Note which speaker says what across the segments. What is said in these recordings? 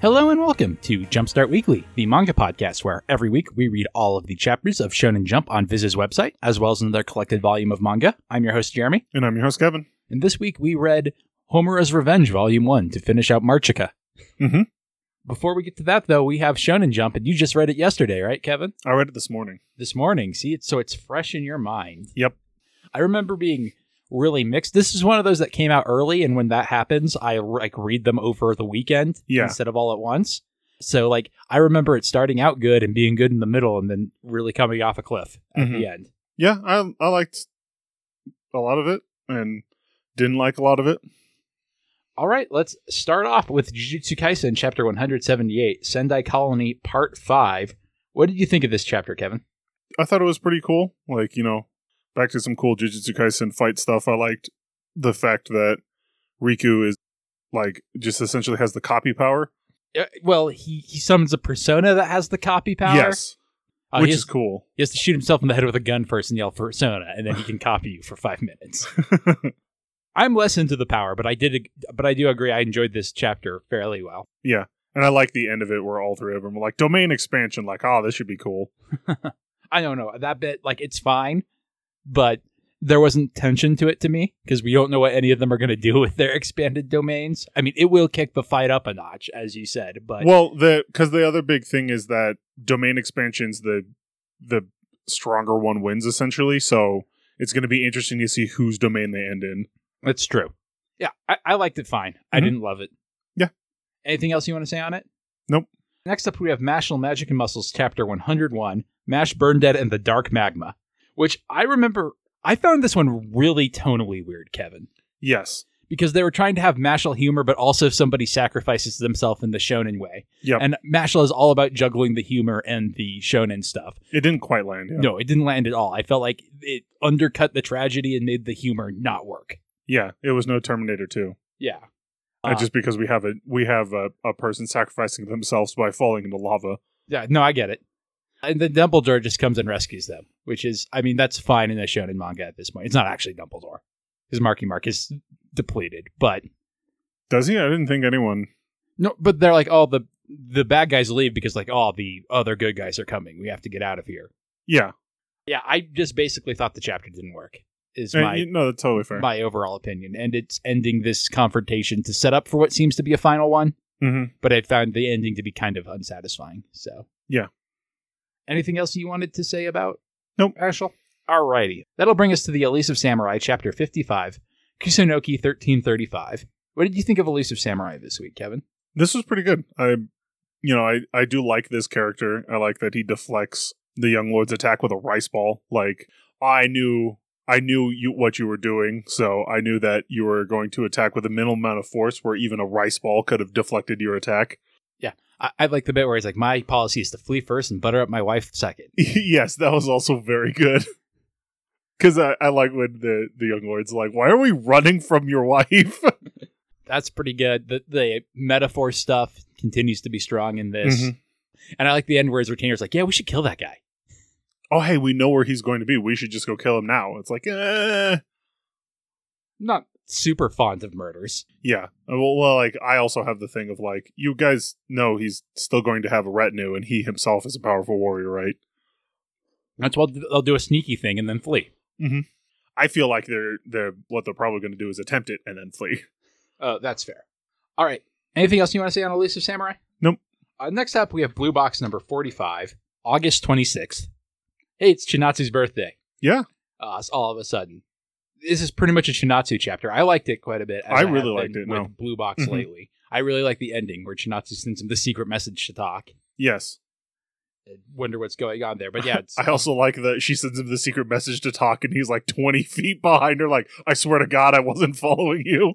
Speaker 1: Hello and welcome to Jumpstart Weekly, the manga podcast where every week we read all of the chapters of Shonen Jump on Viz's website, as well as another collected volume of manga. I'm your host, Jeremy,
Speaker 2: And I'm your host, Kevin.
Speaker 1: and this week we read Homura's Revenge Volume 1 to finish out Marchika. Mm-hmm.
Speaker 2: Mhm.
Speaker 1: Before we get to that, though, we have Shonen Jump, and you just read it yesterday, right, Kevin?
Speaker 2: I read it this morning.
Speaker 1: This morning. See, it's, so it's fresh in your mind.
Speaker 2: Yep.
Speaker 1: I remember being really mixed. This is one of those that came out early, and when that happens, I like read them over the weekend
Speaker 2: Yeah.
Speaker 1: instead of all at once. So like I remember it starting out good and being good in the middle, and then really coming off a cliff at
Speaker 2: Mhm.
Speaker 1: the end.
Speaker 2: Yeah, I I liked a lot of it and didn't like a lot of it.
Speaker 1: All right, let's start off with Jujutsu Kaisen chapter 178, Sendai Colony Part 5. What did you think of this chapter, Kevin?
Speaker 2: I thought it was pretty cool. Like, you know, back to some cool Jujutsu Kaisen fight stuff. I liked the fact that Riku is like just essentially has the copy power.
Speaker 1: Uh, Well, he, he summons a persona that has the copy power.
Speaker 2: Yes.
Speaker 1: Uh,
Speaker 2: which
Speaker 1: he, has,
Speaker 2: is cool.
Speaker 1: he has to shoot himself in the head with a gun first and yell persona, and then he can copy you for five minutes. I'm less into the power, but I did, ag- but I do agree. I enjoyed this chapter fairly well.
Speaker 2: And I like the end of it where all three of them are like domain expansion, like, oh, this should be cool.
Speaker 1: I don't know that bit, like it's fine, but there wasn't tension to it to me because we don't know what any of them are going to do with their expanded domains. I mean, it will kick the fight up a notch, as you said, but
Speaker 2: well, the because the other big thing is that domain expansions the the stronger one wins essentially. So it's going to be interesting to see whose domain they end in.
Speaker 1: it's true. Yeah, I, I liked it fine. I
Speaker 2: Mhm.
Speaker 1: didn't love it.
Speaker 2: Yeah.
Speaker 1: Anything else you want to say on it?
Speaker 2: Nope.
Speaker 1: Next up, we have Mashal Magic and Muscles, Chapter 101 Mash Burn Dead and the Dark Magma, which I remember. I found this one really tonally weird, Kevin.
Speaker 2: Yes.
Speaker 1: because they were trying to have Mashal humor, but also somebody sacrifices themselves in the shonen way.
Speaker 2: Yep.
Speaker 1: And Mashal is all about juggling the humor and the shonen stuff.
Speaker 2: It didn't quite land. Yeah.
Speaker 1: No, it didn't land at all. I felt like it undercut the tragedy and made the humor not work.
Speaker 2: Yeah. It was no Terminator Two.
Speaker 1: Yeah.
Speaker 2: Uh, just because we have a we have a, a person sacrificing themselves by falling into lava.
Speaker 1: Yeah, no, I get it. And then Dumbledore just comes and rescues them, which is, I mean, that's fine in a shonen manga at this point. It's not actually Dumbledore because Marky Mark is depleted, but
Speaker 2: Does he? I didn't think anyone.
Speaker 1: No, but they're like, oh, the the bad guys leave because like, oh, the other good guys are coming. We have to get out of here.
Speaker 2: Yeah.
Speaker 1: Yeah, I just basically thought the chapter didn't work. Is
Speaker 2: And
Speaker 1: my
Speaker 2: you- no, that's totally fair.
Speaker 1: my overall opinion, and it's ending this confrontation to set up for what seems to be a final one.
Speaker 2: Mhm.
Speaker 1: But I found the ending to be kind of unsatisfying. So
Speaker 2: Yeah.
Speaker 1: Anything else you wanted to say about?
Speaker 2: Nope.
Speaker 1: Ashel. Alrighty, that'll bring us to the Elusive Samurai chapter fifty-five, Kusunoki thirteen thirty-five. What did you think of Elusive Samurai this week, Kevin?
Speaker 2: this was pretty good. I, you know, I I do like this character. I like that he deflects the young lord's attack with a rice ball. Like I knew, I knew you what you were doing, so I knew that you were going to attack with a minimal amount of force, where even a rice ball could have deflected your attack.
Speaker 1: I, I like the bit where he's like, "My policy is to flee first and butter up my wife second.
Speaker 2: yes, that was also very good. Because I, I like when the the young lord's like, "Why are we running from your wife?"
Speaker 1: That's pretty good. The, the metaphor stuff continues to be strong in this,
Speaker 2: Mhm.
Speaker 1: and I like the end where his retainer's like, "Yeah, we should kill that guy."
Speaker 2: oh, hey, we know where he's going to be. We should just go kill him now. It's like, eh.
Speaker 1: Not super fond of murders.
Speaker 2: Yeah. Uh, Well, well, like I also have the thing of like you guys know he's still going to have a retinue, and he himself is a powerful warrior, right?
Speaker 1: That's why they'll do a sneaky thing and then flee.
Speaker 2: I feel like they're they're what they're probably going to do is attempt it and then flee.
Speaker 1: Oh, that's fair. All right. Anything else you want to say on Elusive Samurai?
Speaker 2: Nope.
Speaker 1: Uh, next up, we have Blue Box number forty-five, August twenty-sixth. Hey, it's Chinatsu's birthday.
Speaker 2: Yeah,
Speaker 1: uh, s- all of a sudden. This is pretty much a Chinatsu chapter. I liked it quite a bit. as
Speaker 2: I really
Speaker 1: have been
Speaker 2: liked it,
Speaker 1: with
Speaker 2: no.
Speaker 1: Blue Box
Speaker 2: Mhm.
Speaker 1: lately. I really like the ending where Chinatsu sends him the secret message to talk.
Speaker 2: yes.
Speaker 1: I wonder what's going on there, but yeah, it's,
Speaker 2: I also like that she sends him the secret message to talk, and he's like twenty feet behind her. Like, I swear to God, I wasn't following you.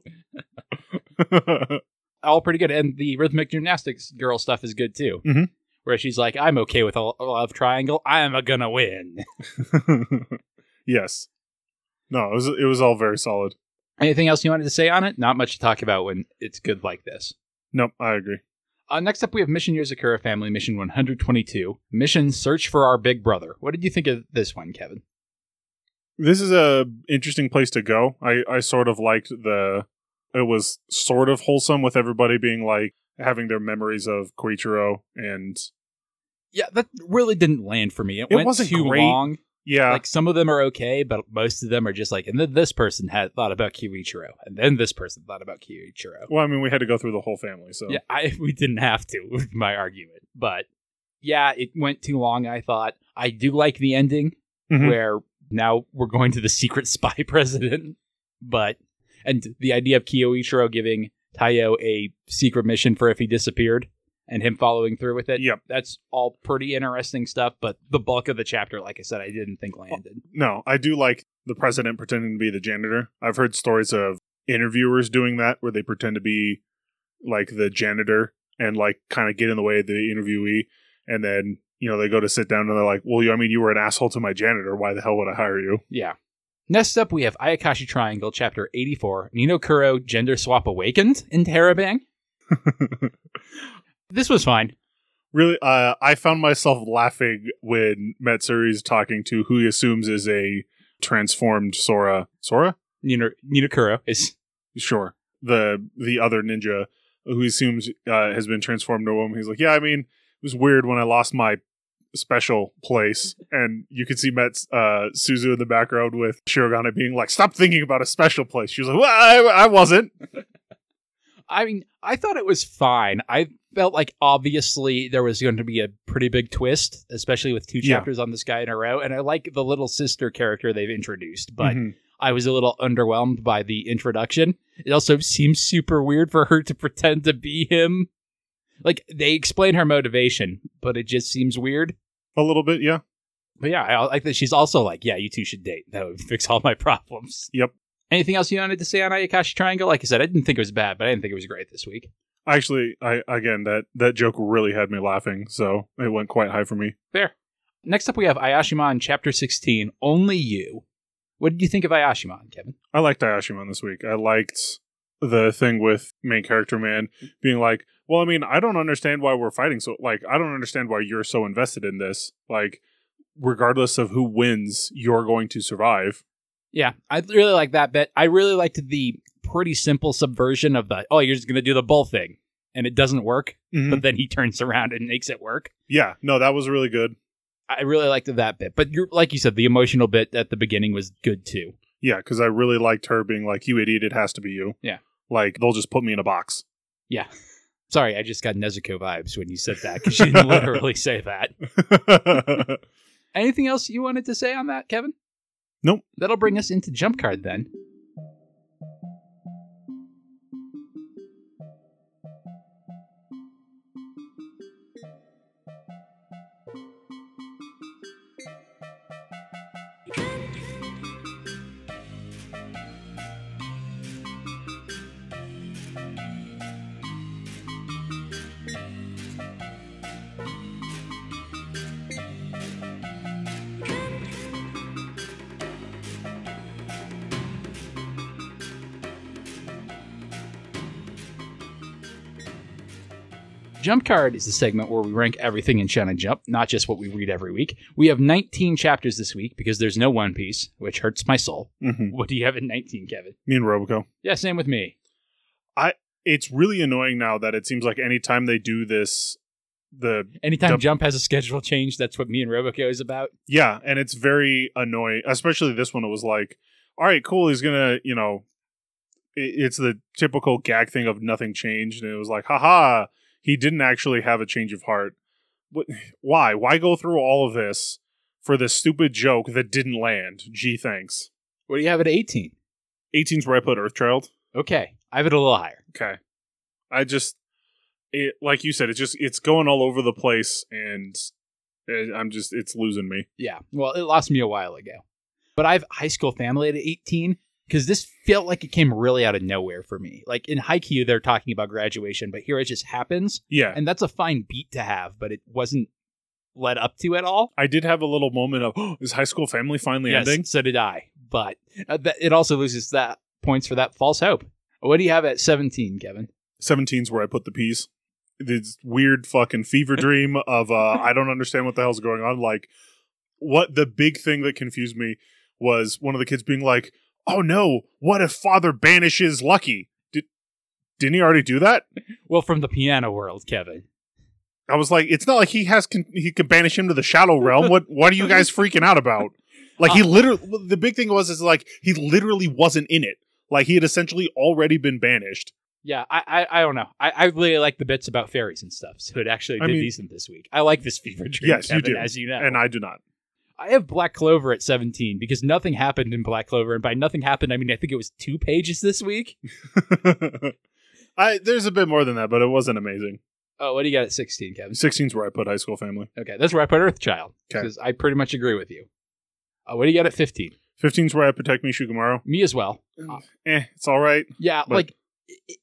Speaker 1: all pretty good. And the rhythmic gymnastics girl stuff is good too,
Speaker 2: Mhm.
Speaker 1: where she's like, "I'm okay with a lo- a love triangle. I'm a gonna win."
Speaker 2: yes. No, it was it was all very solid.
Speaker 1: Anything else you wanted to say on it? Not much to talk about when it's good like this.
Speaker 2: Nope, I agree.
Speaker 1: Uh, next up, we have Mission Yozakura Family Mission 122, Mission Search for Our Big Brother. What did you think of this one, Kevin?
Speaker 2: this is a interesting place to go. I I sort of liked the it was sort of wholesome with everybody being like, having their memories of Koichiro and
Speaker 1: Yeah, that really didn't land for me. It,
Speaker 2: It
Speaker 1: went
Speaker 2: wasn't
Speaker 1: too
Speaker 2: great.
Speaker 1: long.
Speaker 2: yeah,
Speaker 1: Like some of them are okay, but most of them are just like, and then this person had thought about Kirishiro, and then this person thought about Kirishiro.
Speaker 2: well, I mean, we had to go through the whole family, so
Speaker 1: Yeah, I, we didn't have to. Was my argument, but yeah, it went too long. I thought I do like the ending
Speaker 2: Mhm.
Speaker 1: where now we're going to the secret spy president, but and the idea of Kiyoichiro giving Taiyo a secret mission for if he disappeared and him following through with it.
Speaker 2: Yep.
Speaker 1: that's all pretty interesting stuff. But the bulk of the chapter, like I said, I didn't think
Speaker 2: Oh.
Speaker 1: landed.
Speaker 2: no, I do like the president pretending to be the janitor. I've heard stories of interviewers doing that where they pretend to be like the janitor and like kind of get in the way of the interviewee, and then you know they go to sit down and they're like, "Well, you, I mean, you were an asshole to my janitor. Why the hell would I hire you?"
Speaker 1: Yeah. Next up, we have Ayakashi Triangle, Chapter 84, Nino Kuro Gender Swap Awakened in Terabang. this was fine.
Speaker 2: Really, uh, I found myself laughing when Matsuri's talking to who he assumes is a transformed Sora. Sora,
Speaker 1: Nino, Nino Kuro is.
Speaker 2: sure. The the other ninja who he assumes uh, has been transformed into a woman. He's like, yeah, I mean, it was weird when I lost my special place, and you could see Mets uh, Suzu in the background with Shirogane being like, stop thinking about a special place. She was like, well, I, I wasn't.
Speaker 1: I mean, I thought it was fine. I felt like obviously there was going to be a pretty big twist, especially with two
Speaker 2: Yeah.
Speaker 1: chapters on this guy in a row. And I like the little sister character they've introduced, but
Speaker 2: Mhm.
Speaker 1: I was a little underwhelmed by the introduction. It also seems super weird for her to pretend to be him. Like they explain her motivation, but it just seems weird.
Speaker 2: a little bit, yeah.
Speaker 1: But yeah, I like that she's also like, yeah, you two should date. That would fix all my problems.
Speaker 2: Yep.
Speaker 1: Anything else you wanted to say on Ayakashi Triangle? Like I said, I didn't think it was bad, but I didn't think it was great this week.
Speaker 2: Actually, I again that that joke really had me laughing, so it went quite high for me.
Speaker 1: Fair. Next up, we have Ayashiman Chapter 16, Only You. What did you think of Ayashiman, Kevin?
Speaker 2: I liked Ayashimon this week. I liked the thing with main character man being like, "Well, I mean, I don't understand why we're fighting so like I don't understand why you're so invested in this. Like regardless of who wins, you're going to survive."
Speaker 1: Yeah, I really like that bit. I really liked the pretty simple subversion of the, oh, you're just going to do the bull thing. And it doesn't work, but then he turns around and makes it work.
Speaker 2: Yeah, no, that was really good.
Speaker 1: I really liked that bit. But you're, like you said, the emotional bit at the beginning was good too.
Speaker 2: Yeah, cuz I really liked her being like, "You idiot, it has to be you."
Speaker 1: Yeah.
Speaker 2: Like they'll just put me in a box.
Speaker 1: Yeah. Sorry, I just got Nezuko vibes when you said that because you didn't literally say that.
Speaker 2: Mm-hmm.
Speaker 1: Anything else you wanted to say on that, Kevin?
Speaker 2: Nope.
Speaker 1: That'll bring us into Jump Card then. Jump Card is the segment where we rank everything in Shonen Jump, not just what we read every week. We have 19 chapters this week because there's no One Piece, which hurts my soul.
Speaker 2: Mhm.
Speaker 1: What do you have in 19, Kevin?
Speaker 2: Me and Robico.
Speaker 1: Yeah, same with me.
Speaker 2: It's really annoying now that it seems like anytime they do this the
Speaker 1: Anytime
Speaker 2: Jump-
Speaker 1: Jump has a schedule change, that's what me and Robico is about.
Speaker 2: Yeah, and it's very annoying, especially this one. It was like, all right, cool. He's gonna, you know, i- it's the typical gag thing of nothing changed, and it was like, haha, he didn't actually have a change of heart. What? Why? Why go through all of this for this stupid joke that didn't land? Gee, thanks.
Speaker 1: What do you have at 18?
Speaker 2: 18's where I put Earth Child.
Speaker 1: Okay, I have it a little higher.
Speaker 2: Okay, I just, it like you said, it's just it's going all over the place, and uh, I'm just it's losing me.
Speaker 1: Yeah, well, it lost me a while ago. But I have High School Family at 18 because this felt like it came really out of nowhere for me. Like in Haikyuu, they're talking about graduation, but here it just happens.
Speaker 2: Yeah,
Speaker 1: and that's a fine beat to have, but it wasn't led up to at all.
Speaker 2: I did have a little moment of oh, is High School Family finally ending?
Speaker 1: so did I. But uh, th- it also loses that points for that false hope. What do you have at seventeen, Kevin?
Speaker 2: 17's where I put the piece. This weird fucking fever dream of uh, I don't understand what the hell's going on. Like, what the big thing that confused me was one of the kids being like, "Oh no, what if Father banishes Lucky?" Did Didn't he already do that?
Speaker 1: Well, from the piano world, Kevin.
Speaker 2: I was like, it's not like he has con- he can banish him to the shadow realm. What what are you guys freaking out about? Like he literally the big thing was is like he literally wasn't in it. Like he had essentially already been banished.
Speaker 1: Yeah, I I, I don't know. I, I really like the bits about fairies and stuff. So it actually
Speaker 2: I
Speaker 1: did
Speaker 2: mean-
Speaker 1: decent this week. I like this fever dream.
Speaker 2: Yes, you
Speaker 1: Kevin,
Speaker 2: do.
Speaker 1: As you know,
Speaker 2: And I do not.
Speaker 1: I have Black Clover at 17 because nothing happened in Black Clover. And by nothing happened, I mean, I think it was two pages this week.
Speaker 2: I there's a bit more than that, but it wasn't amazing.
Speaker 1: Oh, what do you got at 16, Kevin?
Speaker 2: 16's where I put high school family.
Speaker 1: Okay, that's where I put Earthchild
Speaker 2: 'Kay.
Speaker 1: because I pretty much agree with you. Uh, what do you got at 15?
Speaker 2: 15's where I protect me Shugamaru.
Speaker 1: Me as well.
Speaker 2: Eh, it's all right.
Speaker 1: Yeah,
Speaker 2: But-
Speaker 1: like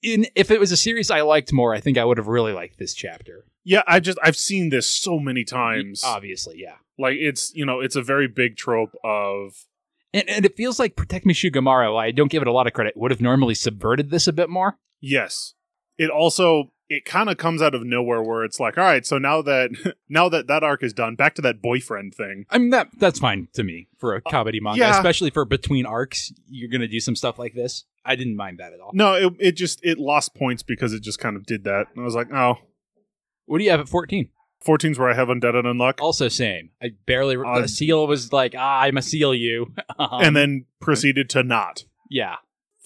Speaker 1: in, if it was a series I liked more, I think I would have really liked this chapter.
Speaker 2: Yeah, I just I've seen this so many
Speaker 1: uh,
Speaker 2: times.
Speaker 1: Obviously, yeah.
Speaker 2: like it's you know it's a very big trope of
Speaker 1: And, and it feels like Protect Me Shugamaru, I don't give it a lot of credit, would have normally subverted this a bit more.
Speaker 2: yes. It also it kind of comes out of nowhere where it's like all right, so now that now that that arc is done, back to that boyfriend thing.
Speaker 1: I mean, that that's fine to me for a comedy manga,
Speaker 2: Uh, yeah.
Speaker 1: especially for between arcs. You're going to do some stuff like this. I didn't mind that at all.
Speaker 2: No, it it just it lost points because it just kind of did that. And I was like, oh,
Speaker 1: What do you have at 14?
Speaker 2: 14's where I have undead and unluck.
Speaker 1: Also, same. I barely.
Speaker 2: Uh,
Speaker 1: the seal was like, ah, I'm a seal you. Um,
Speaker 2: and then proceeded to not
Speaker 1: yeah.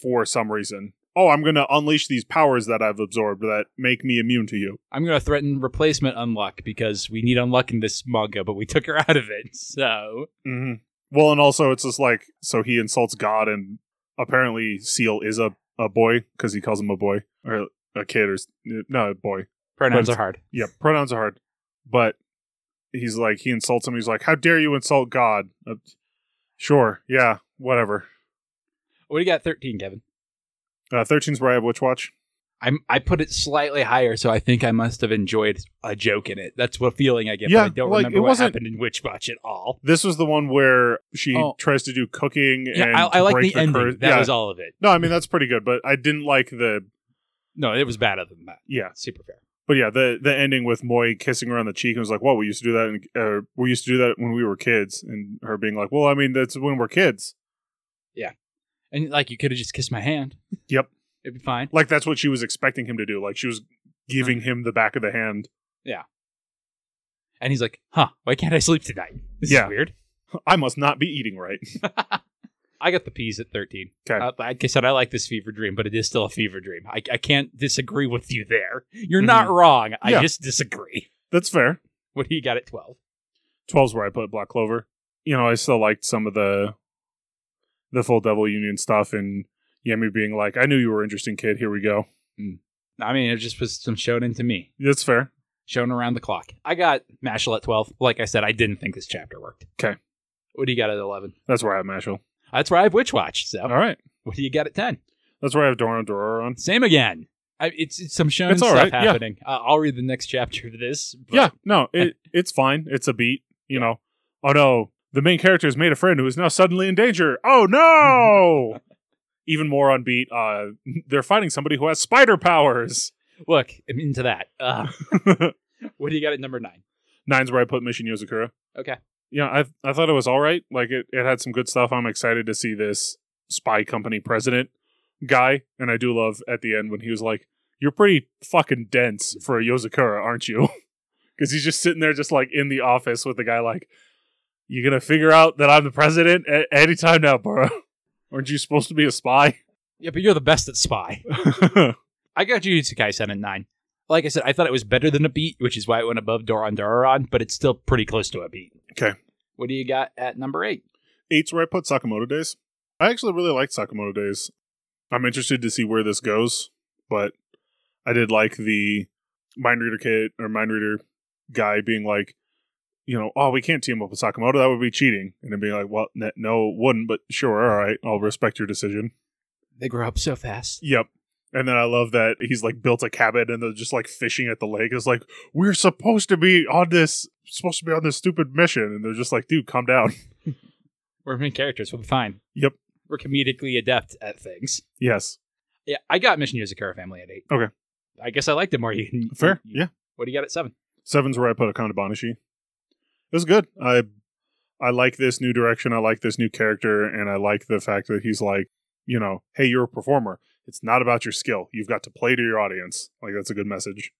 Speaker 2: for some reason. Oh, I'm going to unleash these powers that I've absorbed that make me immune to you.
Speaker 1: I'm going to threaten replacement unluck because we need unluck in this manga, but we took her out of it. So,
Speaker 2: hmm
Speaker 1: Mm-hmm.
Speaker 2: Well, and also it's just like so he insults God, and apparently Seal is a a boy because he calls him a boy or a kid or s- no a boy.
Speaker 1: pronouns
Speaker 2: But-
Speaker 1: are hard.
Speaker 2: Yeah, pronouns are hard, but he's like he insults him. He's like, "How dare you insult God?" Uh, sure, yeah, whatever.
Speaker 1: What do you got at 13, Kevin?
Speaker 2: Uh, 13's where I have Witch Watch.
Speaker 1: I'm, I put it slightly higher, so I think I must have enjoyed a joke in it. That's what feeling I get,
Speaker 2: Yeah,
Speaker 1: but I don't
Speaker 2: like,
Speaker 1: remember
Speaker 2: it
Speaker 1: what
Speaker 2: wasn't-
Speaker 1: happened in Witch Watch at all.
Speaker 2: This was the one where she
Speaker 1: Oh.
Speaker 2: tries to do cooking. and
Speaker 1: Yeah, I, I like
Speaker 2: break
Speaker 1: the, ending.
Speaker 2: curse-
Speaker 1: That
Speaker 2: yeah.
Speaker 1: was all of it.
Speaker 2: no, I mean that's pretty good, but I didn't like the
Speaker 1: No, it was better than that.
Speaker 2: yeah.
Speaker 1: Super fair.
Speaker 2: But yeah, the the ending with Moy kissing her on the cheek and was like, "What? We used to do that. In, uh, we used to do that when we were kids." And her being like, "Well, I mean, that's when we're kids.
Speaker 1: And like, you could have just kissed my hand.
Speaker 2: Yep.
Speaker 1: It'd be fine.
Speaker 2: Like that's what she was expecting him to do. Like she was giving him the back of the hand.
Speaker 1: And he's like, huh, why can't I sleep tonight? This
Speaker 2: Yeah.
Speaker 1: is weird.
Speaker 2: I must not be eating right.
Speaker 1: I got the P's at 13.
Speaker 2: 'Kay.
Speaker 1: Uh, like I said, I like this fever dream, but it is still a fever dream. I, I can't disagree with you there. You're not wrong. I
Speaker 2: Mm-hmm. Yeah.
Speaker 1: just disagree.
Speaker 2: that's fair.
Speaker 1: What do you got at 12?
Speaker 2: 12's where I put Black Clover. You know, I still liked some of the the full Devil Union stuff and Yemi being like, "I knew you were an interesting kid. Here we go."
Speaker 1: I mean, it just was some shonen to me,
Speaker 2: That's fair.
Speaker 1: shown around the clock. I got Mashal at 12. Like I said, I didn't think this chapter worked.
Speaker 2: 'Kay.
Speaker 1: What do you got at 11?
Speaker 2: That's where I have Mashal.
Speaker 1: That's where I have Witch Watch. So,
Speaker 2: All right.
Speaker 1: what do you got at 10?
Speaker 2: That's where I have Dora Dora on.
Speaker 1: Same again. I, it's, it's some shonen
Speaker 2: It's all
Speaker 1: stuff
Speaker 2: right, yeah.
Speaker 1: happening. Uh, I'll read the next chapter of this. but-
Speaker 2: yeah, no, it it's fine. It's a beat, you know. Oh no, the main character has made a friend who is now suddenly in danger. Oh no! Even more on beat, uh, they're fighting somebody who has spider powers.
Speaker 1: Look, I'm into that. Uh, what do you got at number nine?
Speaker 2: Nine's where I put Mission Yozakura.
Speaker 1: Okay.
Speaker 2: Yeah, I I thought it was all right. Like it, it had some good stuff. I'm excited to see this spy company president guy, and I do love at the end when he was like, "You're pretty fucking dense for a Yozakura, aren't you?" Because he's just sitting there, just like in the office with the guy, like, "You gonna figure out that I'm the president at any time now, bro? Aren't you supposed to be a spy?"
Speaker 1: Yeah, but you're the best at Spy.
Speaker 2: I
Speaker 1: I got Jujutsu Kaisen at nine. Like I said, I thought it was better than a beat, which is why it went above Doron Doron, but it's still pretty close to a beat.
Speaker 2: 'Kay.
Speaker 1: What do you got at number eight?
Speaker 2: Eight's where I put Sakamoto Days. I actually really like Sakamoto Days. I'm interested to see where this goes, but I did like the mind reader kid or mind reader guy being like, you know, oh, we can't team up with Sakamoto. That would be cheating. And then being like, well, n- no, it wouldn't, but sure, all right, I'll respect your decision.
Speaker 1: They grow up so fast.
Speaker 2: Yep. And then I love that he's like built a cabin and they're just like fishing at the lake. It's like, we're supposed to be on this, supposed to be on this stupid mission. And they're just like, dude, calm down.
Speaker 1: We're main characters. We'll be fine.
Speaker 2: Yep.
Speaker 1: We're comedically adept at things.
Speaker 2: Yes.
Speaker 1: Yeah, I got Mission Yuzakura Family at eight.
Speaker 2: Okay.
Speaker 1: I guess I liked it more. You,
Speaker 2: Fair.
Speaker 1: you-
Speaker 2: Yeah.
Speaker 1: What do you got at seven?
Speaker 2: Seven's where I put Akana Banashi. It was good. I I like this new direction. I like this new character, and I like the fact that he's like you know, hey, you're a performer. It's not about your skill. You've got to play to your audience. Like that's a good message.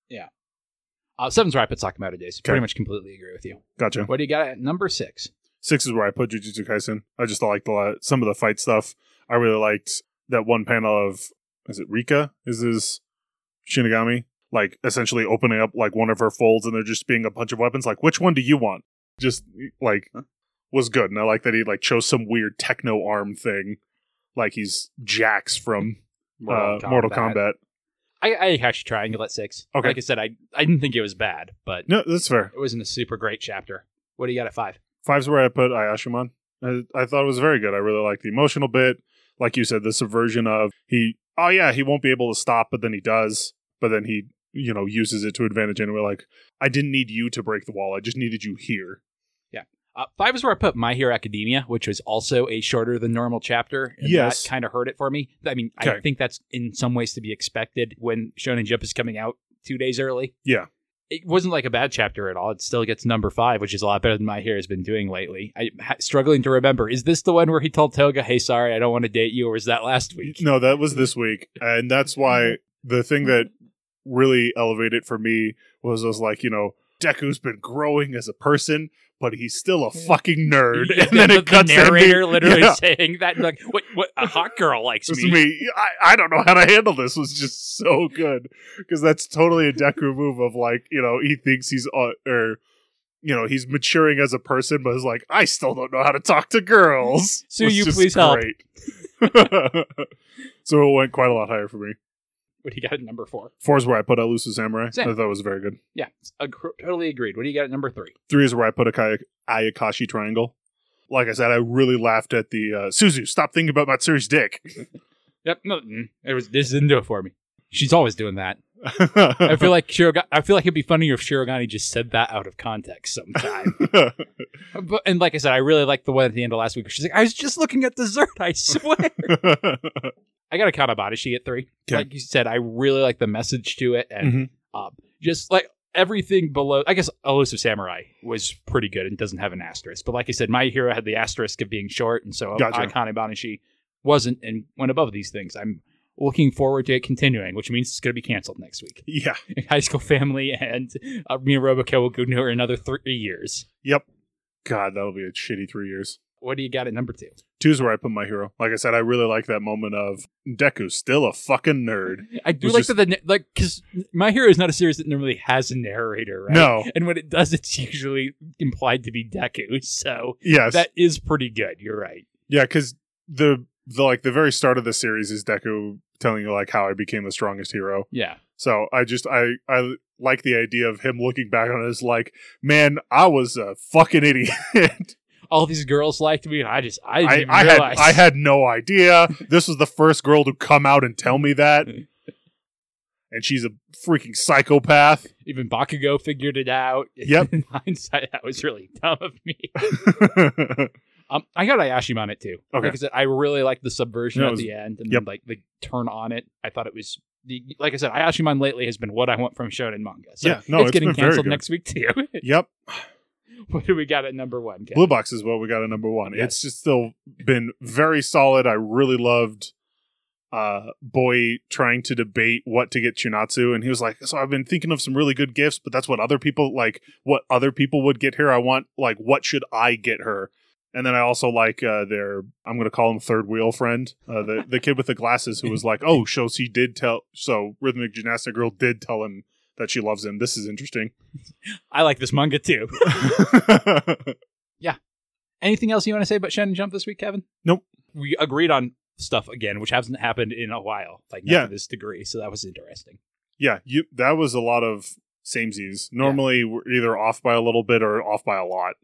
Speaker 1: Uh, seven's where I put Sakamoto Days.
Speaker 2: Okay.
Speaker 1: Pretty much completely agree with you.
Speaker 2: Gotcha.
Speaker 1: What do you got at number six?
Speaker 2: Six is where I put Jujutsu Kaisen. I just liked a lot some of the fight stuff. I really liked that one panel of is it Rika? Is his Shinigami? Like essentially opening up like one of her folds and there just being a bunch of weapons. Like, which one do you want? Just like was good. And I like that he like chose some weird techno arm thing. Like he's Jax from uh, Mortal Kombat.
Speaker 1: I, I actually triangle at six.
Speaker 2: Okay.
Speaker 1: Like I said, I, I didn't think it was bad, but
Speaker 2: No, that's fair.
Speaker 1: it wasn't a super great chapter. What do you got at five?
Speaker 2: Five's where I put Ayashimon. I, I thought it was very good. I really liked the emotional bit. Like you said, the subversion of he, oh yeah, he won't be able to stop, but then he does. But then he, you know, uses it to advantage. And we're like, I didn't need you to break the wall. I just needed you here.
Speaker 1: Uh, five is where I put My Hero Academia, which was also a shorter than normal chapter. And
Speaker 2: Yes.
Speaker 1: That kind of hurt it for me. I mean,
Speaker 2: Okay.
Speaker 1: I think that's in some ways to be expected when Shonen Jump is coming out two days early.
Speaker 2: Yeah.
Speaker 1: It wasn't like a bad chapter at all. It still gets number five, which is a lot better than My Hero has been doing lately. i ha- struggling to remember. Is this the one where he told Toga, hey, sorry, I don't want to date you, or was that last week?
Speaker 2: No, that was this week. And that's why the thing that really elevated for me was was like, you know, Deku's been growing as a person, but he's still a fucking nerd. And then
Speaker 1: the,
Speaker 2: it cuts
Speaker 1: the
Speaker 2: to me-
Speaker 1: narrator literally
Speaker 2: Yeah.
Speaker 1: saying that like what what a hot girl likes
Speaker 2: It's
Speaker 1: me.
Speaker 2: me. I, I don't know how to handle this. Was just so good because that's totally a Deku move of like you know he thinks he's uh, or you know he's maturing as a person, but is like I still don't know how to talk to girls.
Speaker 1: Sue,
Speaker 2: Was
Speaker 1: you
Speaker 2: just
Speaker 1: please help.
Speaker 2: great. so it went quite a lot higher for me.
Speaker 1: What do you got at number four?
Speaker 2: Four is where I put Elusive Samurai.
Speaker 1: Same.
Speaker 2: I thought it was very good.
Speaker 1: Yeah, agr- totally agreed. What do you got at number three?
Speaker 2: Three is where I put a Kay- Ayakashi Triangle. Like I said, I really laughed at the uh, Suzu. Stop thinking about Matsuri's dick.
Speaker 1: Yep, no, mm, it was this didn't do it for me. She's always doing that. I feel like Shirogane, I feel like it'd be funnier if Shirogane just said that out of context sometime. but and like I said, I really like the one at the end of last week. Where she's like, I was just looking at dessert. I swear. I got a Kanabatashi at three.
Speaker 2: Okay.
Speaker 1: Like you said, I really like the message to it and um,
Speaker 2: Mhm.
Speaker 1: just like everything below i guess elusive samurai was pretty good and doesn't have an asterisk but like i said my hero had the asterisk of being short and so
Speaker 2: Gotcha.
Speaker 1: iconic banashi wasn't and went above these things i'm looking forward to it continuing which means it's going to be canceled next week
Speaker 2: Yeah.
Speaker 1: high school family and uh, me and roboco will go near another three years
Speaker 2: Yep. God, that'll be a shitty three years.
Speaker 1: what do you got at number two
Speaker 2: Two's where I put my hero. Like I said, I really like that moment of Deku's still a fucking nerd.
Speaker 1: i do
Speaker 2: was
Speaker 1: like
Speaker 2: just-
Speaker 1: that the na- like because my hero is not a series that normally has a narrator right
Speaker 2: No.
Speaker 1: and when it does it's usually implied to be deku so
Speaker 2: Yes.
Speaker 1: that is pretty good you're right
Speaker 2: yeah, because the the like the very start of the series is Deku telling you like how I became the strongest hero.
Speaker 1: yeah
Speaker 2: So I just I I like the idea of him looking back on it as like, man, I was a fucking idiot.
Speaker 1: all these girls liked me, and I just I didn't
Speaker 2: I,
Speaker 1: even
Speaker 2: I had
Speaker 1: realize.
Speaker 2: I had no idea. This was the first girl to come out and tell me that. And she's a freaking psychopath.
Speaker 1: even Bakugo figured it out.
Speaker 2: Yep.
Speaker 1: in hindsight, that was really dumb of me. Um, I got Ayashimon on it too.
Speaker 2: Okay.
Speaker 1: like I said, I really liked the subversion
Speaker 2: Yeah,
Speaker 1: at
Speaker 2: it was-
Speaker 1: the end and
Speaker 2: yep.
Speaker 1: like the turn on it. I thought it was the like I said, Ayashimon lately has been what I want from shonen manga. So
Speaker 2: yeah, no,
Speaker 1: it's, getting
Speaker 2: been very
Speaker 1: canceled
Speaker 2: good.
Speaker 1: next week too.
Speaker 2: Yep.
Speaker 1: what do we got at number one? Ken?
Speaker 2: Blue Box is what we got at number one.
Speaker 1: Yes.
Speaker 2: It's just still been very solid. I really loved uh boy trying to debate what to get Chunatsu, and he was like, So I've been thinking of some really good gifts, but that's what other people like what other people would get her. I want like what should I get her? And then I also like uh their I'm gonna call him third wheel friend, uh the, the kid with the glasses who was like, Oh, so she did tell so rhythmic gymnastic girl did tell him that she loves him. This is interesting.
Speaker 1: I like this manga too. Anything else you want to say about Shonen Jump this week, Kevin?
Speaker 2: Nope.
Speaker 1: We agreed on stuff again, which hasn't happened in a while, like not
Speaker 2: Yeah.
Speaker 1: to this degree. So that was interesting.
Speaker 2: Yeah, you that was a lot of samesies. Normally we're either off by a little bit or off by a lot.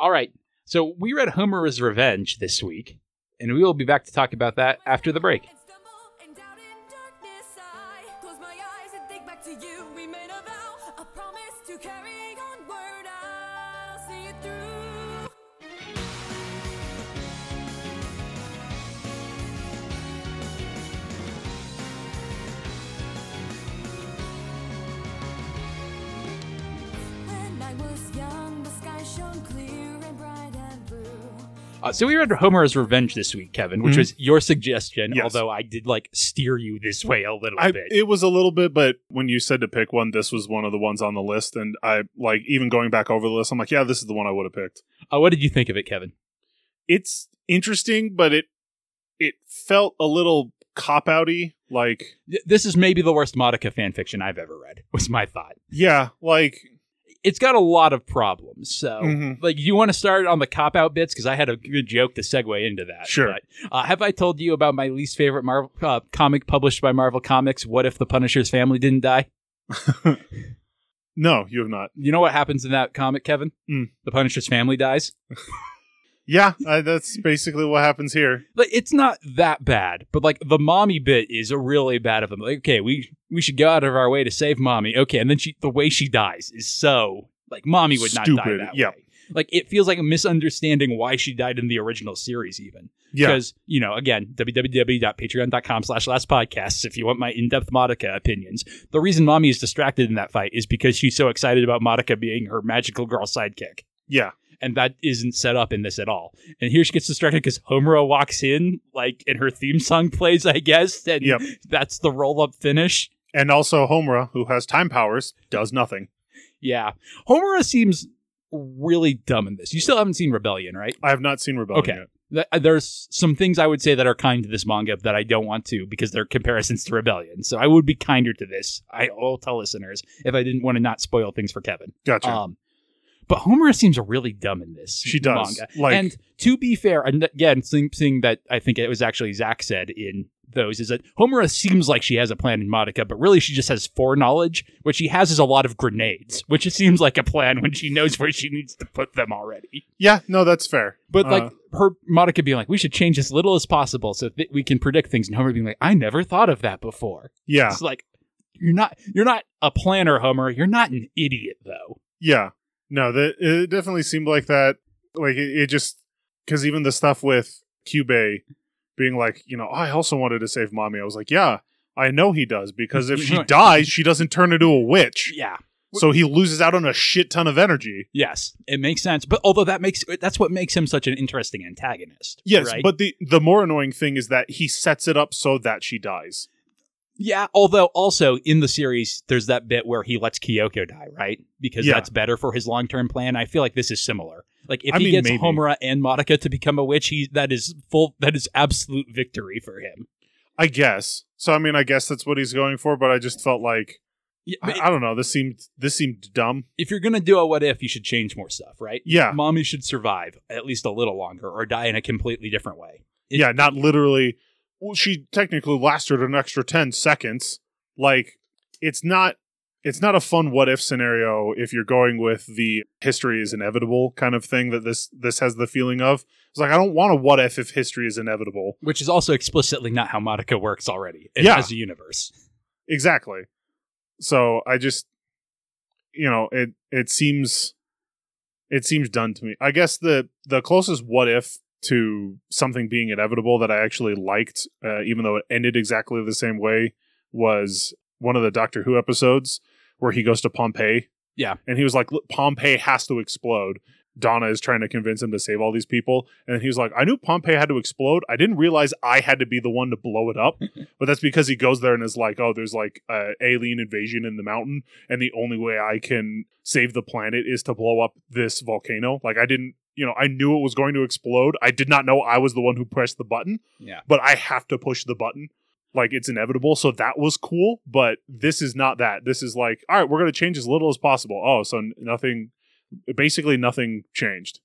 Speaker 1: All right. So we read Homer's Revenge this week, and we will be back to talk about that after the break.
Speaker 3: And stumble, and out in darkness I close my eyes and think back to you. We made a vow, a promise to carry onward. I'll see it through. When I was young, the sky shone clear and bright and blue.
Speaker 1: Uh, so we read Homer's Revenge this week, Kevin, which
Speaker 2: Mhm.
Speaker 1: was your suggestion,
Speaker 2: Yes.
Speaker 1: although I did like steer you this way a little
Speaker 2: I,
Speaker 1: bit.
Speaker 2: it was a little bit, but when you said to pick one, this was one of the ones on the list, and I like even going back over the list, I'm like, yeah, this is the one I would have picked.
Speaker 1: uh, what did you think of it, Kevin?
Speaker 2: It's interesting, but it it felt a little cop outy. Like,
Speaker 1: Th- This is maybe the worst Modica fanfiction I've ever read, was my thought.
Speaker 2: yeah, like
Speaker 1: It's got a lot of problems. So,
Speaker 2: Mhm.
Speaker 1: like, you want to start on the cop out bits? Because I had a good joke to segue into that.
Speaker 2: Sure.
Speaker 1: But, uh, have I told you about my least favorite Marvel uh, comic published by Marvel Comics? What if the Punisher's family didn't die?
Speaker 2: no, you have not.
Speaker 1: You know what happens in that comic, Kevin?
Speaker 2: Mm.
Speaker 1: The Punisher's family dies.
Speaker 2: Yeah, I, that's basically what happens here.
Speaker 1: like it's not that bad, but like the mommy bit is really bad of them. Like, okay, we we should go out of our way to save mommy. Okay, and then she the way she dies is so like mommy would not die
Speaker 2: Stupid,
Speaker 1: that
Speaker 2: yeah.
Speaker 1: way. Like it feels like a misunderstanding why she died in the original series, even
Speaker 2: Yeah,
Speaker 1: because you know again www.patreon.com slash last podcasts if you want my in-depth Modica opinions. The reason mommy is distracted in that fight is because she's so excited about Modica being her magical girl sidekick
Speaker 2: yeah,
Speaker 1: and that isn't set up in this at all. And here she gets distracted because Homura walks in, like, and her theme song plays, I guess, and
Speaker 2: Yep.
Speaker 1: that's the roll up finish.
Speaker 2: and also Homura, who has time powers, does nothing.
Speaker 1: Yeah, Homura seems really dumb in this. You still haven't seen Rebellion, right?
Speaker 2: I have not seen Rebellion
Speaker 1: Okay.
Speaker 2: yet.
Speaker 1: Th- uh, There's some things I would say that are kind to this manga that I don't want to because they're comparisons to Rebellion. So I would be kinder to this. I will tell listeners if I didn't want to not spoil things for Kevin.
Speaker 2: Gotcha.
Speaker 1: Um, but Homura seems really dumb in this.
Speaker 2: she does.
Speaker 1: manga.
Speaker 2: Like,
Speaker 1: and to be fair, and again, something that I think it was actually Zach said in those is that Homura seems like she has a plan in Modica, but really she just has foreknowledge. What she has is a lot of grenades, which it seems like a plan when she knows where she needs to put them already.
Speaker 2: yeah, no, that's fair.
Speaker 1: But like
Speaker 2: Uh,
Speaker 1: her Modica being like, we should change as little as possible so that we can predict things, and Homura being like, I never thought of that before.
Speaker 2: yeah,
Speaker 1: It's like you're not you're not a planner, Homer. You're not an idiot though.
Speaker 2: Yeah. No, that it definitely seemed like that. Like it, it just because even the stuff with Cube being like, you know, "Oh, I also wanted to save mommy. I was like, yeah, I know he does because if she dies, she doesn't turn into a witch.
Speaker 1: Yeah.
Speaker 2: So he loses out on a shit ton of energy.
Speaker 1: Yes, it makes sense. But although that makes that's what makes him such an interesting antagonist.
Speaker 2: Yes,
Speaker 1: right?
Speaker 2: but the the more annoying thing is that he sets it up so that she dies.
Speaker 1: yeah. Although also in the series, there's that bit where he lets Kyoko die, right? Because
Speaker 2: Yeah.
Speaker 1: that's better for his long term plan. I feel like this is similar. Like if
Speaker 2: I
Speaker 1: he
Speaker 2: mean,
Speaker 1: gets
Speaker 2: maybe.
Speaker 1: Homura and Modica to become a witch, he that is full that is absolute victory for him.
Speaker 2: I guess. So I mean, I guess that's what he's going for. But I just felt like
Speaker 1: Yeah,
Speaker 2: I,
Speaker 1: but
Speaker 2: I don't know. This seemed this seemed dumb.
Speaker 1: if you're gonna do a what if, you should change more stuff, right?
Speaker 2: Yeah,
Speaker 1: Mommy should survive at least a little longer, or die in a completely different way. It-
Speaker 2: yeah, not literally. Well, she technically lasted an extra ten seconds. Like, it's not. It's not a fun what if scenario if you're going with the history is inevitable kind of thing that this this has the feeling of. It's like I don't want a what if if history is inevitable.
Speaker 1: Which is also explicitly not how Modica works already in-
Speaker 2: Yeah.
Speaker 1: as a universe.
Speaker 2: Exactly. So I just you know, it it seems it seems done to me. I guess the the closest what if to something being inevitable that I actually liked uh, even though it ended exactly the same way was one of the Doctor Who episodes where he goes to Pompeii.
Speaker 1: Yeah.
Speaker 2: And he was like, "Look, Pompeii has to explode. Donna is trying to convince him to save all these people. And then he was like, I knew Pompeii had to explode. I didn't realize I had to be the one to blow it up. but that's because he goes there and is like, oh, there's like uh, alien invasion in the mountain. And the only way I can save the planet is to blow up this volcano. Like, I didn't, you know, I knew it was going to explode. I did not know I was the one who pressed the button,
Speaker 1: Yeah.
Speaker 2: but I have to push the button. Like, it's inevitable. So that was cool. But this is not that. This is like, all right, we're going to change as little as possible. Oh, so n- nothing, basically nothing changed.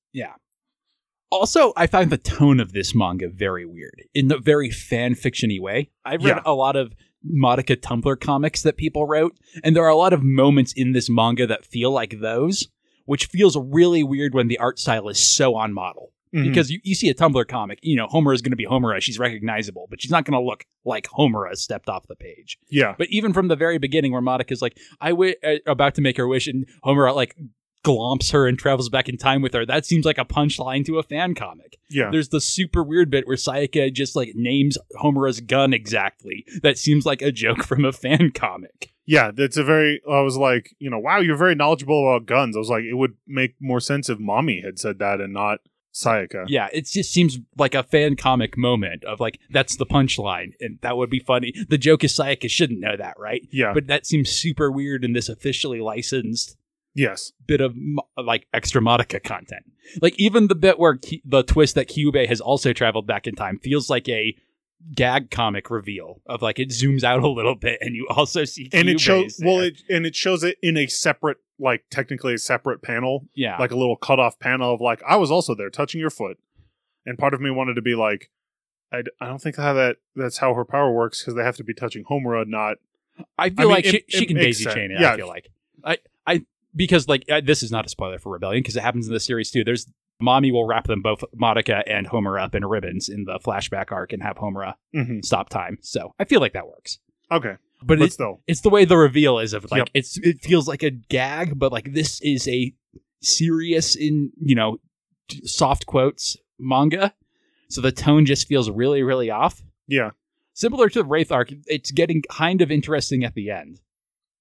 Speaker 1: Also, I find the tone of this manga very weird in a very fan fictiony way. I've read
Speaker 2: Yeah.
Speaker 1: a lot of Modica Tumblr comics that people wrote, and there are a lot of moments in this manga that feel like those, which feels really weird when the art style is so on model.
Speaker 2: Mm-hmm.
Speaker 1: Because you, you see a Tumblr comic, you know, Homer is going to be Homura. She's recognizable, but she's not going to look like Homura stepped off the page.
Speaker 2: yeah.
Speaker 1: But even from the very beginning, where Monica's like, I wi- uh, about to make her wish, and Homer like glomps her and travels back in time with her. That seems like a punchline to a fan comic.
Speaker 2: Yeah.
Speaker 1: There's the super weird bit where Sayaka just like names Homura's gun exactly. That seems like a joke from a fan comic.
Speaker 2: Yeah, that's a very. I was like, you know, wow, you're very knowledgeable about guns. I was like, it would make more sense if mommy had said that and not Sayaka.
Speaker 1: Yeah, it just seems like a fan comic moment of like that's the punchline, and that would be funny. The joke is Sayaka shouldn't know that, right?
Speaker 2: Yeah.
Speaker 1: But that seems super weird in this officially licensed
Speaker 2: yes.
Speaker 1: bit of mo- like extra Monica content. Like even the bit where Ki- the twist that Kyubey has also traveled back in time feels like a gag comic reveal of like it zooms out a little bit and you also see
Speaker 2: And it
Speaker 1: Kyubey's
Speaker 2: shows
Speaker 1: there.
Speaker 2: well it and it shows it in a separate like technically a separate panel,
Speaker 1: yeah
Speaker 2: like a little cut off panel of like I was also there touching your foot. And part of me wanted to be like I, d- I don't think how that that's how her power works because they have to be touching Homura, not
Speaker 1: I
Speaker 2: I
Speaker 1: feel
Speaker 2: mean,
Speaker 1: like
Speaker 2: it-
Speaker 1: she, she
Speaker 2: it
Speaker 1: can
Speaker 2: makes
Speaker 1: daisy
Speaker 2: sense.
Speaker 1: chain it.
Speaker 2: Yeah.
Speaker 1: I feel like I I because like I, this is not a spoiler for Rebellion because it happens in the series too. There's mommy will wrap them both Monica and Homer up in ribbons in the flashback arc and have Homer
Speaker 2: Mhm.
Speaker 1: stop time. So I feel like that works.
Speaker 2: okay,
Speaker 1: But,
Speaker 2: but
Speaker 1: it's
Speaker 2: still
Speaker 1: it's the way the reveal is of like
Speaker 2: Yep.
Speaker 1: it's it feels like a gag, but like this is a serious in you know t- soft quotes manga, so the tone just feels really really off.
Speaker 2: yeah
Speaker 1: Similar to the Wraith arc, it's getting kind of interesting at the end.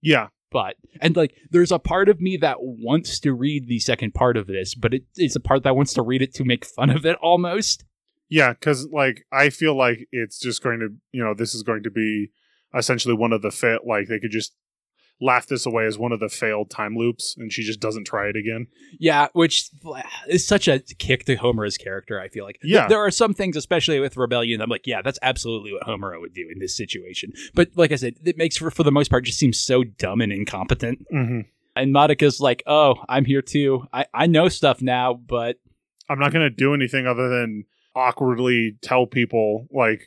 Speaker 2: yeah
Speaker 1: but and like there's a part of me that wants to read the second part of this but it, it's a part that wants to read it to make fun of it almost
Speaker 2: Yeah, because like I feel like it's just going to, you know, this is going to be essentially one of the fail. Like they could just laugh this away as one of the failed time loops, and she just doesn't try it again.
Speaker 1: yeah which is such a kick to homer's character i feel like
Speaker 2: Yeah.
Speaker 1: there are some things especially with rebellion i'm like yeah that's absolutely what homer would do in this situation but like i said it makes for for the most part just seems so dumb and incompetent
Speaker 2: Mm-hmm.
Speaker 1: and monica's like oh i'm here too i i know stuff now but
Speaker 2: I'm not going to do anything other than awkwardly tell people, like,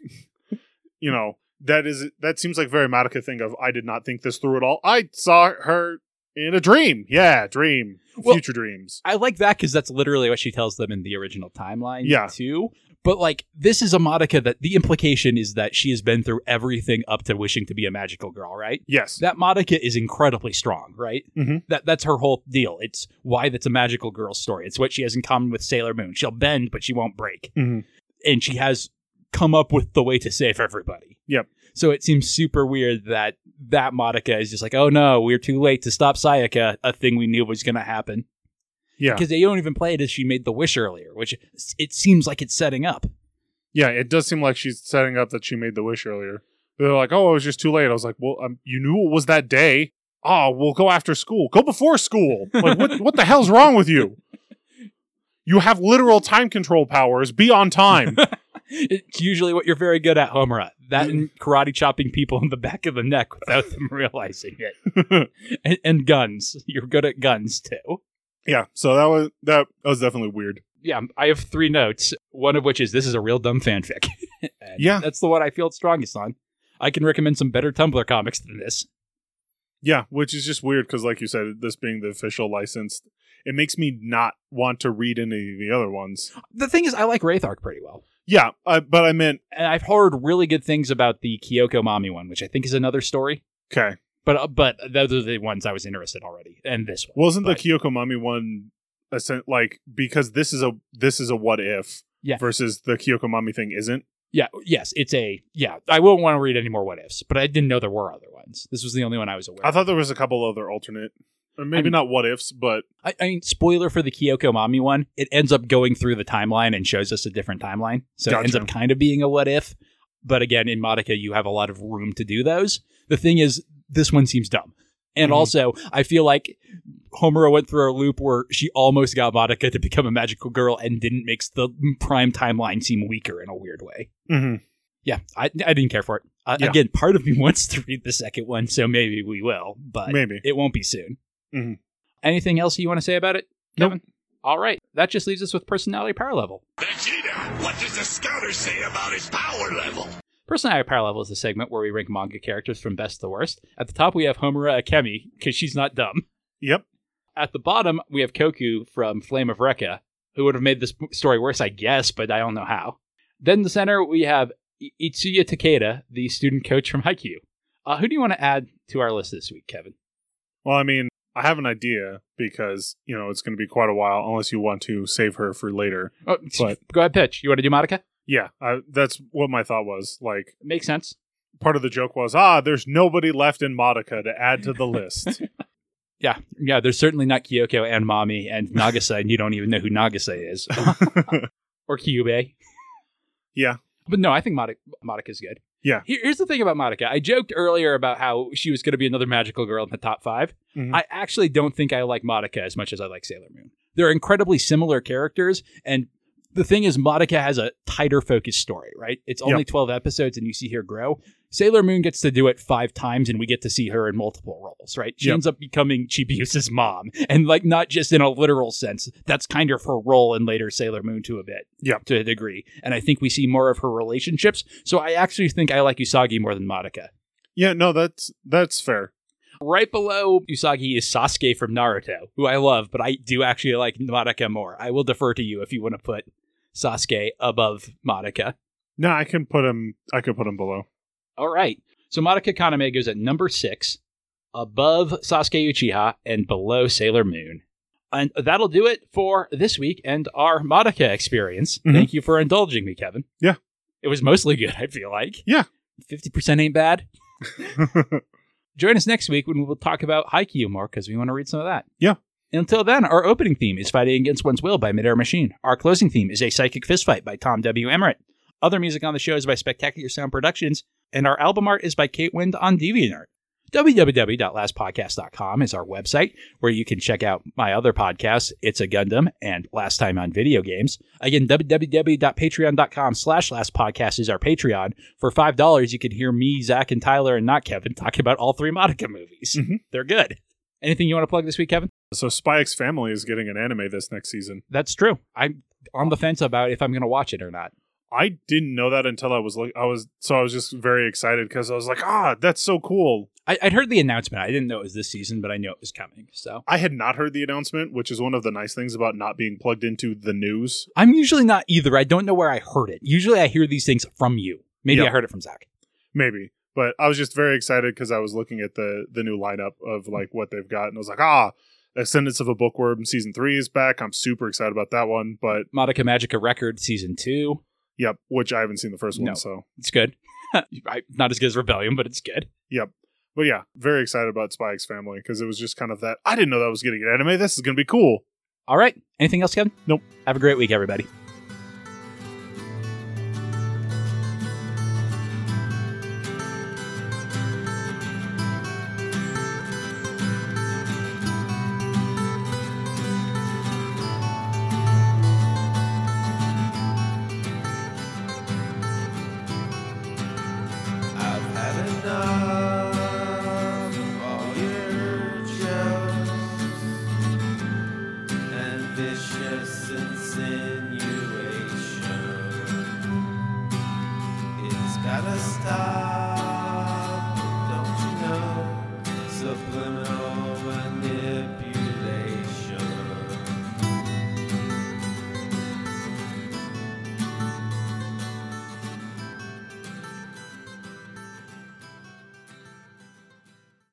Speaker 2: you know, that is that seems like very Madoka thing of I did not think this through at all. I saw her in a dream. Yeah, dream,
Speaker 1: Well-
Speaker 2: future dreams.
Speaker 1: I like that because that's literally what she tells them in the original timeline,
Speaker 2: Yeah.
Speaker 1: too. But like, this is a Monica that the implication is that she has been through everything up to wishing to be a magical girl, right?
Speaker 2: Yes.
Speaker 1: That Monica is incredibly strong, right?
Speaker 2: Mhm.
Speaker 1: That that's her whole deal. It's why that's a magical girl story. It's what she has in common with Sailor Moon. She'll bend, but she won't break,
Speaker 2: mm-hmm.
Speaker 1: and she has come up with the way to save everybody.
Speaker 2: Yep.
Speaker 1: So it seems super weird that that Monica is just like, oh no, we're too late to stop Sayaka, a thing we knew was going to happen
Speaker 2: Yeah.
Speaker 1: because they don't even play it as she made the wish earlier, which it seems like it's setting up.
Speaker 2: Yeah, it does seem like she's setting up that she made the wish earlier. They're like, "Oh, it was just too late." I was like, "Well, um, you knew it was that day. Oh, we'll go after school. Go before school. Like, what? what the hell's wrong with you? You have literal time control powers. Be on time.
Speaker 1: It's usually what you're very good at, Homura. That
Speaker 2: Mm-hmm.
Speaker 1: and karate chopping people in the back of the neck without them realizing it. and, and guns. You're good at guns too.
Speaker 2: yeah. So that was that, that was definitely weird.
Speaker 1: Yeah, um, I have three notes, one of which is this is a real dumb fanfic. And
Speaker 2: Yeah.
Speaker 1: That's the one I feel strongest on. I can recommend some better Tumblr comics than this.
Speaker 2: Yeah, which is just weird because, like you said, this being the official licensed, it makes me not want to read any of the other ones.
Speaker 1: The thing is, I like Wraith Arc pretty well.
Speaker 2: Yeah, uh, but I meant
Speaker 1: And I've heard really good things about the Kyoko Mommy one, which I think is another story.
Speaker 2: okay.
Speaker 1: But uh, but those are the ones I was interested already, and this one.
Speaker 2: Wasn't
Speaker 1: But-
Speaker 2: the Kyoko Mami one ascent like because this is a this is a what if
Speaker 1: Yeah.
Speaker 2: versus the Kyoko Mami thing isn't?
Speaker 1: Yeah, yes, it's a yeah. I won't want to read any more what ifs, but I didn't know there were other ones. This was the only one I was aware.
Speaker 2: I
Speaker 1: of.
Speaker 2: thought there was a couple other alternate, or maybe
Speaker 1: I'm-
Speaker 2: not what ifs, but
Speaker 1: I, I mean, spoiler for the Kyoko Mommy one, it ends up going through the timeline and shows us a different timeline, so it ends
Speaker 2: Gotcha.
Speaker 1: up kind of being a what if. But again, in Modica, you have a lot of room to do those. The thing is, this one seems dumb, and
Speaker 2: Mhm.
Speaker 1: also I feel like Homura went through a loop where she almost got Modica to become a magical girl and didn't makes the prime timeline seem weaker in a weird way. yeah, I, I didn't care for it. Uh,
Speaker 2: Yeah.
Speaker 1: Again, part of me wants to read the second one, so maybe we will, but
Speaker 2: maybe
Speaker 1: it won't be soon.
Speaker 2: Mhm.
Speaker 1: Anything else you want to say about it,
Speaker 2: Nope.
Speaker 1: Kevin? All right, that just leaves us with personality power level.
Speaker 4: Vegeta, what does the scouter say about his power level?
Speaker 1: Personality power level is the segment where we rank manga characters from best to worst. At the top, we have Homura Akemi because she's not dumb.
Speaker 2: Yep.
Speaker 1: At the bottom, we have Koku from Flame of Recca, who would have made this story worse, I guess, but I don't know how. Then in the center, we have I- Itsuya Takeda, the student coach from Haikyuu. Uh, who do you want to add to our list this week, Kevin?
Speaker 2: Well, I mean, I have an idea because you know it's going to be quite a while unless you want to save her for later.
Speaker 1: Oh,
Speaker 2: What?
Speaker 1: go ahead, pitch. You want to do Monica?
Speaker 2: Yeah, I, that's what my thought was. Like
Speaker 1: Makes sense.
Speaker 2: part of the joke was, ah, there's nobody left in Modica to add to the list.
Speaker 1: Yeah, yeah. There's certainly not Kyoko and Mommy and Nagase, and you don't even know who Nagase is or Kyubei.
Speaker 2: Yeah.
Speaker 1: but no, I think Monica, Monica's good.
Speaker 2: Yeah.
Speaker 1: Here- here's the thing about Monica. I joked earlier about how she was going to be another magical girl in the top 5
Speaker 2: Mhm.
Speaker 1: I actually don't think I like Monica as much as I like Sailor Moon. They're incredibly similar characters, and the thing is, Monica has a tighter focused story. Right? It's only 12 episodes, and you see her grow. Sailor Moon gets to do it five times, and we get to see her in multiple roles, right? She
Speaker 2: Yep.
Speaker 1: ends up becoming Chibiusa's mom, and like not just in a literal sense. That's kind of her role in later Sailor Moon to a bit,
Speaker 2: Yep.
Speaker 1: to a degree. And I think we see more of her relationships. So I actually think I like Usagi more than Monica.
Speaker 2: Yeah, no, that's that's fair.
Speaker 1: Right below Usagi is Sasuke from Naruto, who I love, but I do actually like Monica more. I will defer to you if you want to put Sasuke above Monica.
Speaker 2: No, I can put him. I could put him below.
Speaker 1: All right. So Monica Kaname goes at number six, above Sasuke Uchiha and below Sailor Moon. And that'll do it for this week and our Monica experience.
Speaker 2: Mhm.
Speaker 1: Thank you for indulging me, Kevin.
Speaker 2: Yeah.
Speaker 1: It was mostly good, I feel like.
Speaker 2: Yeah.
Speaker 1: 50% ain't bad. Join us next week when we'll talk about Haikyuu more because we want to read some of that.
Speaker 2: Yeah.
Speaker 1: Until then, our opening theme is Fighting Against One's Will by Midair Machine. Our closing theme is A Psychic Fistfight by Tom W. Emmerich. Other music on the show is by Spectacular Sound Productions, and our album art is by Kate Wind on DeviantArt. www.lastpodcast.com is our website where you can check out my other podcasts, It's a Gundam and Last Time on Video Games. Again, www.patreon.com slash lastpodcast is our Patreon. For $5, you can hear me, Zach, and Tyler, and not Kevin, talk about all three Monica movies.
Speaker 2: Mhm.
Speaker 1: They're good. Anything you want to plug this week, Kevin?
Speaker 2: so Spy X Family is getting an anime this next season.
Speaker 1: That's true. I'm on the fence about if I'm going to watch it or not.
Speaker 2: I didn't know that until I was like, I was so I was just very excited because I was like, ah, that's so cool.
Speaker 1: I, I'd heard the announcement. I didn't know it was this season, but I knew it was coming. So
Speaker 2: I had not heard the announcement, which is one of the nice things about not being plugged into the news.
Speaker 1: I'm usually not either. I don't know where I heard it. Usually I hear these things from you. Maybe
Speaker 2: Yeah.
Speaker 1: I heard it from Zach.
Speaker 2: Maybe, but I was just very excited because I was looking at the the new lineup of like what they've got, and I was like, ah, Ascendance of a Bookworm season three is back. I'm super excited about that one, but
Speaker 1: Monica Magica Record season two.
Speaker 2: yep, which I haven't seen the first one,
Speaker 1: No.
Speaker 2: so
Speaker 1: It's good. I- Not as good as Rebellion, but it's good.
Speaker 2: But yeah, very excited about Spy X Family because it was just kind of that. I didn't know that was getting an anime. This is going to be cool.
Speaker 1: All right. Anything else, Kevin?
Speaker 2: Nope.
Speaker 1: Have a great week, everybody.
Speaker 5: I've had enough of all your jokes and vicious insinuations. It's gotta stop.